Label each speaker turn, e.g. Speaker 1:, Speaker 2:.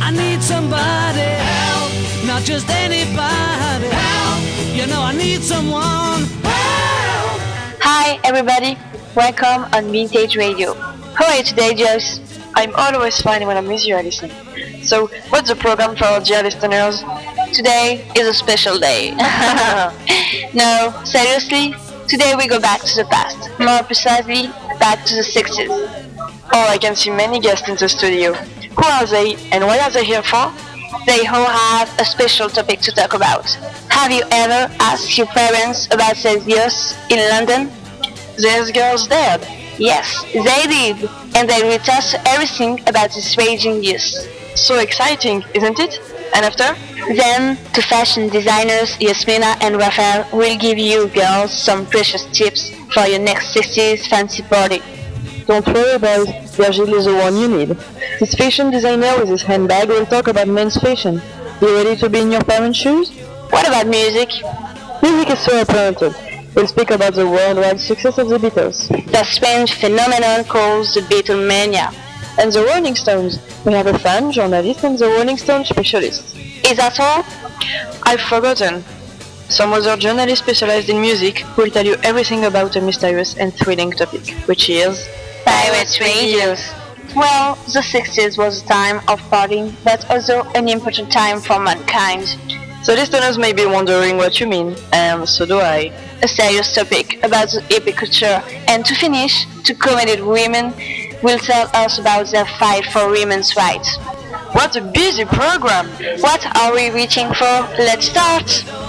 Speaker 1: I need somebody help, not just anybody help. You know I need someone help.
Speaker 2: Hi, everybody. Welcome on Vintage Radio. How are you today, Jess? I'm always fine when I miss you, Alison. So, what's the program for our dear listeners? Today is a special day. no, seriously, today we go back to the past. More precisely, back to the 60s. Oh, I can see many guests in the studio. Who are they and what are they here for? They all have a special topic to talk about. Have you ever asked your parents about their years in London? These girls did. Yes, they did. And they will tell us everything about this raging youth. So exciting, isn't it? And after? Then, two fashion designers Yasmina and Rafael will give you girls some precious tips for your next 60s fancy party.
Speaker 3: Don't worry, guys. Virgil is the one you need. This fashion designer with his handbag will talk about men's fashion. You ready to be in your parents' shoes?
Speaker 2: What about music?
Speaker 3: Music is so apparent. We'll speak about the worldwide success of the Beatles.
Speaker 2: The Spanish phenomenon called the Beatlemania.
Speaker 3: And the Rolling Stones. We have a fan, journalist, and the Rolling Stones specialist.
Speaker 2: Is that all?
Speaker 3: I've forgotten. Some other journalist specialized in music will tell you everything about a mysterious and thrilling topic, which is
Speaker 2: Pirate Radios. Well, the 60s was a time of partying, but also an important time for mankind.
Speaker 3: The listeners may be wondering what you mean, and so do I.
Speaker 2: A serious topic about the hippie culture. And to finish, two committed women will tell us about their fight for women's rights.
Speaker 3: What a busy program!
Speaker 2: What are we reaching for? Let's start!